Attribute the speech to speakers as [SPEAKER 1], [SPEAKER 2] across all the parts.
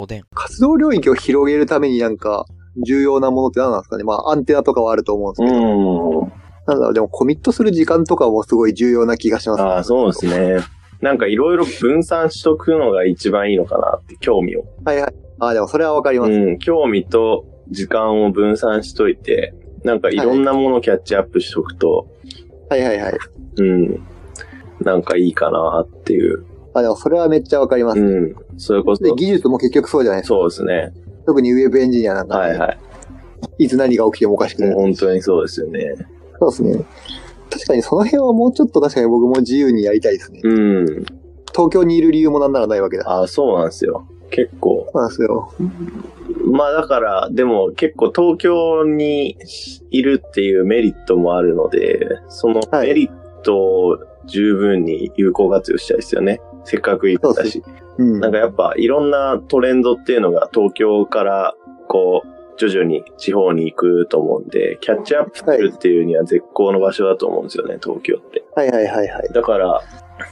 [SPEAKER 1] おでん。
[SPEAKER 2] 活動領域を広げるためになんか、重要なものって何なんですかねまあ、アンテナとかはあると思うんです
[SPEAKER 3] う
[SPEAKER 2] けど。
[SPEAKER 3] ん。
[SPEAKER 2] なんだろう、でもコミットする時間とかもすごい重要な気がします。
[SPEAKER 3] ああ、そうですね。なんかいろいろ分散しとくのが一番いいのかなって、興味を。
[SPEAKER 2] はいはい。ああ、でもそれはわかります。
[SPEAKER 3] うん、興味と時間を分散しといて、なんかいろんなものをキャッチアップしとくと、
[SPEAKER 2] はいはいはい。
[SPEAKER 3] うん、なんかいいかなっていう。
[SPEAKER 2] あでもそれはめっちゃわかります。
[SPEAKER 3] うん、それこ
[SPEAKER 2] で
[SPEAKER 3] そ、
[SPEAKER 2] 技術も結局そうじゃないですか。
[SPEAKER 3] そうですね。
[SPEAKER 2] 特にウェブエンジニアなんか、
[SPEAKER 3] はいはい。
[SPEAKER 2] い、つ何が起きてもおかしくな
[SPEAKER 3] もう
[SPEAKER 2] い。
[SPEAKER 3] 本当にそうですよね。
[SPEAKER 2] そうですね。確かにその辺はもうちょっと確かに僕も自由にやりたいですね。
[SPEAKER 3] うん。
[SPEAKER 2] 東京にいる理由もなんならないわけだ。
[SPEAKER 3] ああ、そうなんですよ。結構。
[SPEAKER 2] そうなんですよ。
[SPEAKER 3] まあだから、でも結構東京にいるっていうメリットもあるので、その
[SPEAKER 2] はい
[SPEAKER 3] メリットを十分に有効活用したいですよね。せっかく行っ
[SPEAKER 2] そう
[SPEAKER 3] た
[SPEAKER 2] で
[SPEAKER 3] し。
[SPEAKER 2] うん。
[SPEAKER 3] なんかやっぱいろんなトレンドっていうのが東京からこう徐々に地方に行くと思うんで、キャッチアップするっていうには絶好の場所だと思うんですよね、東京って。
[SPEAKER 2] はいはいはいはい。
[SPEAKER 3] だから、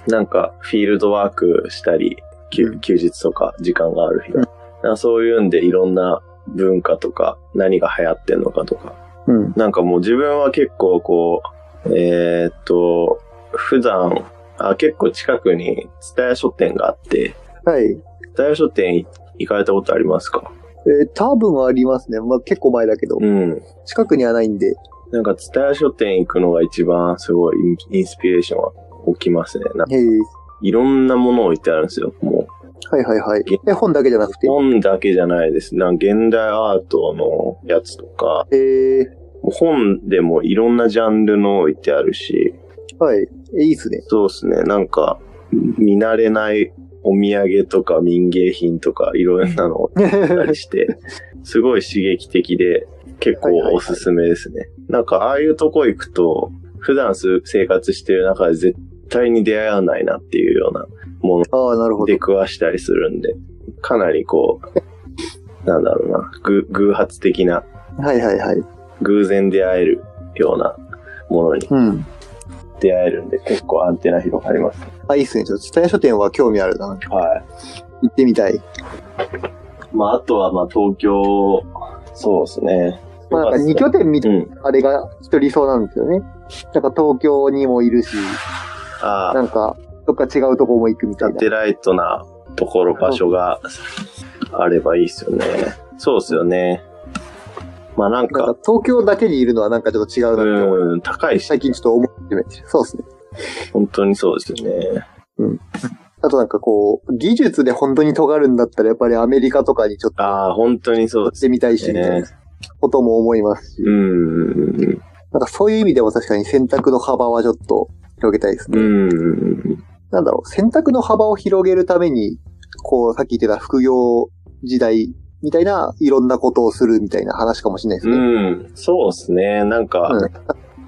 [SPEAKER 3] なんかフィールドワークした
[SPEAKER 2] う
[SPEAKER 3] り、休
[SPEAKER 2] ん
[SPEAKER 3] 休日とか時間がある日が。
[SPEAKER 2] うん
[SPEAKER 3] なんかそういうんでいろんな文化とか何が流行ってんのかとか。
[SPEAKER 2] うん。
[SPEAKER 3] なんかもう自分は結構こう、えーっと、普段、あ結構近くに蔦屋書店があって、
[SPEAKER 2] はい。
[SPEAKER 3] 大書店行かれたことありますか
[SPEAKER 2] えー多分ありますね。まあ、結構前だけど、
[SPEAKER 3] うん。
[SPEAKER 2] 近くにはないんで。
[SPEAKER 3] なんか、蔦屋書店行くのが一番すごいインインスピレーションは起きますね。なんか
[SPEAKER 2] へえ。
[SPEAKER 3] いろんなもの置いてあるんですよ。も
[SPEAKER 2] はいはいはい
[SPEAKER 3] げ。
[SPEAKER 2] え、本だけじゃなく
[SPEAKER 3] う、
[SPEAKER 2] て。
[SPEAKER 3] 本だけじゃないです。なんか現代アートのやつとか、
[SPEAKER 2] ええ
[SPEAKER 3] 本でもいろんなジャンルの置いてあるし、
[SPEAKER 2] はい。え、いいっす ね。
[SPEAKER 3] そうですね。なんか、見慣れないお土産とか民芸品とかいろんなの置いてった りして、すごい刺激的で、結構おすすめですね。なんか、ああいうとこ行くと、普段す生活してる中で絶対に出会わないなっていうようなもの
[SPEAKER 2] ああ、なるほど
[SPEAKER 3] で。食わしたりするんで、かなりこう、 なんだろうな、ぐ偶発的な、
[SPEAKER 2] はいはいはい。
[SPEAKER 3] 偶然出会えるようなものに
[SPEAKER 2] うん。
[SPEAKER 3] 出会えるんで、結構アンテナ広がります。
[SPEAKER 2] あ、いいっすね。ちょっと、伝え書店は興味あるな。
[SPEAKER 3] はい。
[SPEAKER 2] 行ってみたい。
[SPEAKER 3] まあ、あとは、まあ、東京、そうですね。
[SPEAKER 2] まあ、なんか二拠点みた
[SPEAKER 3] う
[SPEAKER 2] い
[SPEAKER 3] ん。
[SPEAKER 2] な、あれが一人そうなんですよね。なんか東京にもいるし、
[SPEAKER 3] ああ
[SPEAKER 2] な、んか、どっか違うとこも行くみた
[SPEAKER 3] サ
[SPEAKER 2] いな。
[SPEAKER 3] テライトなところ、場所があればいいですよね。そうですよね。まあ
[SPEAKER 2] な
[SPEAKER 3] なん
[SPEAKER 2] ん
[SPEAKER 3] か
[SPEAKER 2] か、東京だけにいるのはなんかちょっと違うなって思う。
[SPEAKER 3] うん、高いし、
[SPEAKER 2] 最近ちょっと思ってみて。そうですね。
[SPEAKER 3] 本当にそうですよね。
[SPEAKER 2] あとなんかこう、技術で本当に尖るんだったら、やっぱりアメリカとかにちょっと
[SPEAKER 3] ああ、本当にそう
[SPEAKER 2] 行ってみたいし、
[SPEAKER 3] ね
[SPEAKER 2] みたいなことも思いますし、
[SPEAKER 3] うん、うん、
[SPEAKER 2] なんかそういう意味でも確かに選択の幅はちょっと広げたいですね。
[SPEAKER 3] うん、
[SPEAKER 2] なんだろう、選択の幅を広げるために、こう、さっき言ってた副業時代みたいな、いろんなことをするみたいな話かもしれないですね。
[SPEAKER 3] うん、そうですね。なん
[SPEAKER 2] う
[SPEAKER 3] か、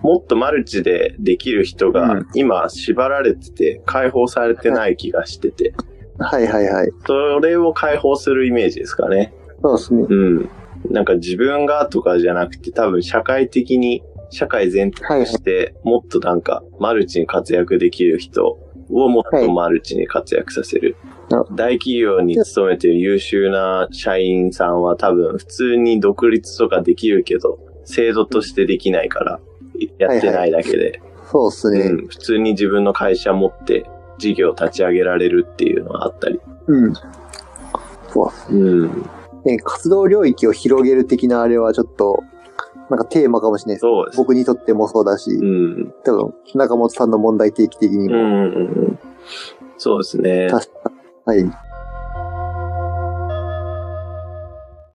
[SPEAKER 3] もっとマルチでできる人
[SPEAKER 2] う
[SPEAKER 3] が
[SPEAKER 2] ん
[SPEAKER 3] 今縛られてて解放されてない気がしてて、
[SPEAKER 2] はいはいはい。
[SPEAKER 3] それを解放するイメージですかね。
[SPEAKER 2] そうですね。
[SPEAKER 3] うん。なんか自分がとかじゃなくて、多分社会的に、社会全体として、もっとなんか、マルチに活躍できる人をもっとマルチに活躍させる。
[SPEAKER 2] な
[SPEAKER 3] 大企業に勤めてる優秀な社員さんは多分普通に独立とかできるけど、制度としてできないから、やってないだけで、
[SPEAKER 2] そうですね。
[SPEAKER 3] うん、普通に自分の会社持って事業立ち上げられるっていうのはあったり。
[SPEAKER 2] うん。そう
[SPEAKER 3] うん、
[SPEAKER 2] ね、活動領域を広げる的なあれはちょっと、なんかテーマかもしれないです。
[SPEAKER 3] そうです。
[SPEAKER 2] 僕にとってもそうだし、
[SPEAKER 3] うん、
[SPEAKER 2] 多分、中本さんの問題定期的に
[SPEAKER 3] う
[SPEAKER 2] も。
[SPEAKER 3] んうんうんそうですね。
[SPEAKER 2] 確かはい。